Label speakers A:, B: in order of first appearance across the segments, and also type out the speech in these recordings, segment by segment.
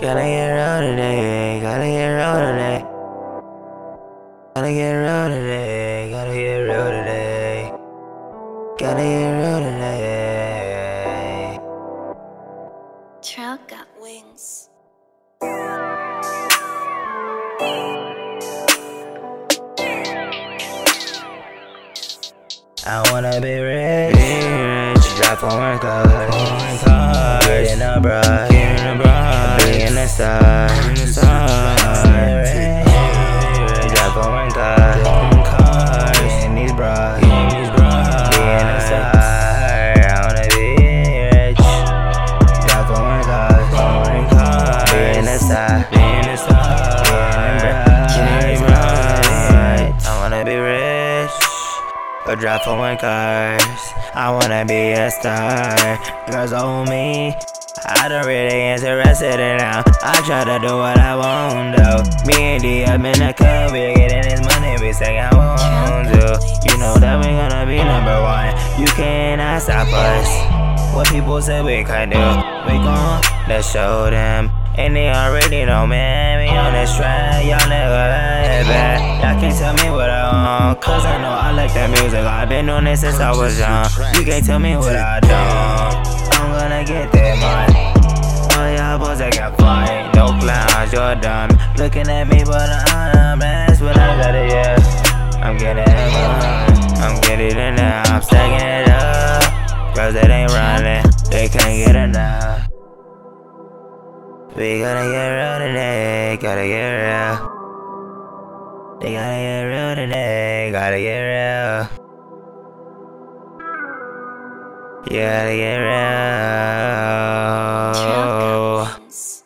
A: Gotta get around today, gotta get around today. Gotta get around today, gotta get around today. Gotta get around today.
B: Trout got wings.
A: I wanna be rich, drive foreign cars, foreign cars, get in a brush, get in a brush, be in the star, in the star. Drive foreign cars, foreign cars, get in these bras, get in these bras, be in the star. I wanna be rich, drive foreign cars, foreign cars, be in the star, be in the star, be in the bras. I wanna be rich. But drive for my cars. I wanna be a star. Girls own me. I don't really interested in now. I try to do what I want though. Me and D up in the club, we getting this money, we say I want to. You know that we gonna be number one. You cannot stop us. What people say we can do, we gon' let's show them. And they already know, man, we on this track, y'all nigga right back. Y'all can't tell me what I want, cause I know I like that music. I've been doing this since I was young. You can't tell me what I don't. I'm gonna get that money. All y'all boys that got fun, no clowns, you're dumb. Looking at me, but I'm that's what I got it, yeah. I'm getting mine, I'm getting it now, I'm stacking it up. Girls that ain't running, they can't get enough. We gotta get real today, gotta get real. They gotta get real today, gotta get real. You gotta get Oh. real.
B: Trout got wings.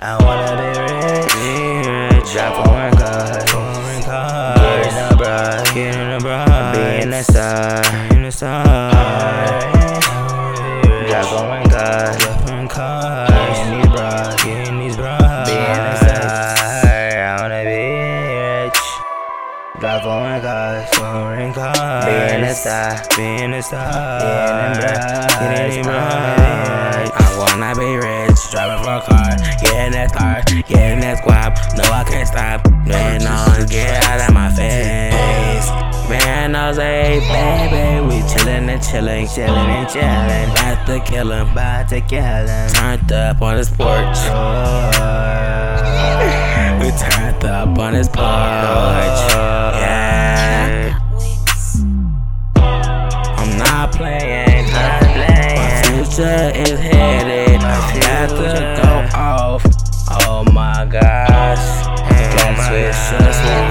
A: I wanna be rich, rich. Drive foreign cars, foreign cars. Get in a brush, get in a brush. Be in the star, in the star. Drive foreign cars, foreign cars. Get in these bras, get in these bras. Be in the star. I wanna be rich. Drive foreign cars, foreign cars. Be in the star, be in the star. Get in brush, get in these bras. I wanna be rich, driving for a car. Get in that car, get in that squab. No, I can't stop. Man, on, get out of my face. Man, I say, baby, we chillin' and chillin', chillin' and chillin'. About to kill him, about to kill him. Turned up on his porch. we turned up on his porch. Yeah.
B: Trout got wings.
A: I'm not playing, not playing. My future is headed. I got to go off. Oh my gosh. Can't switch, just switch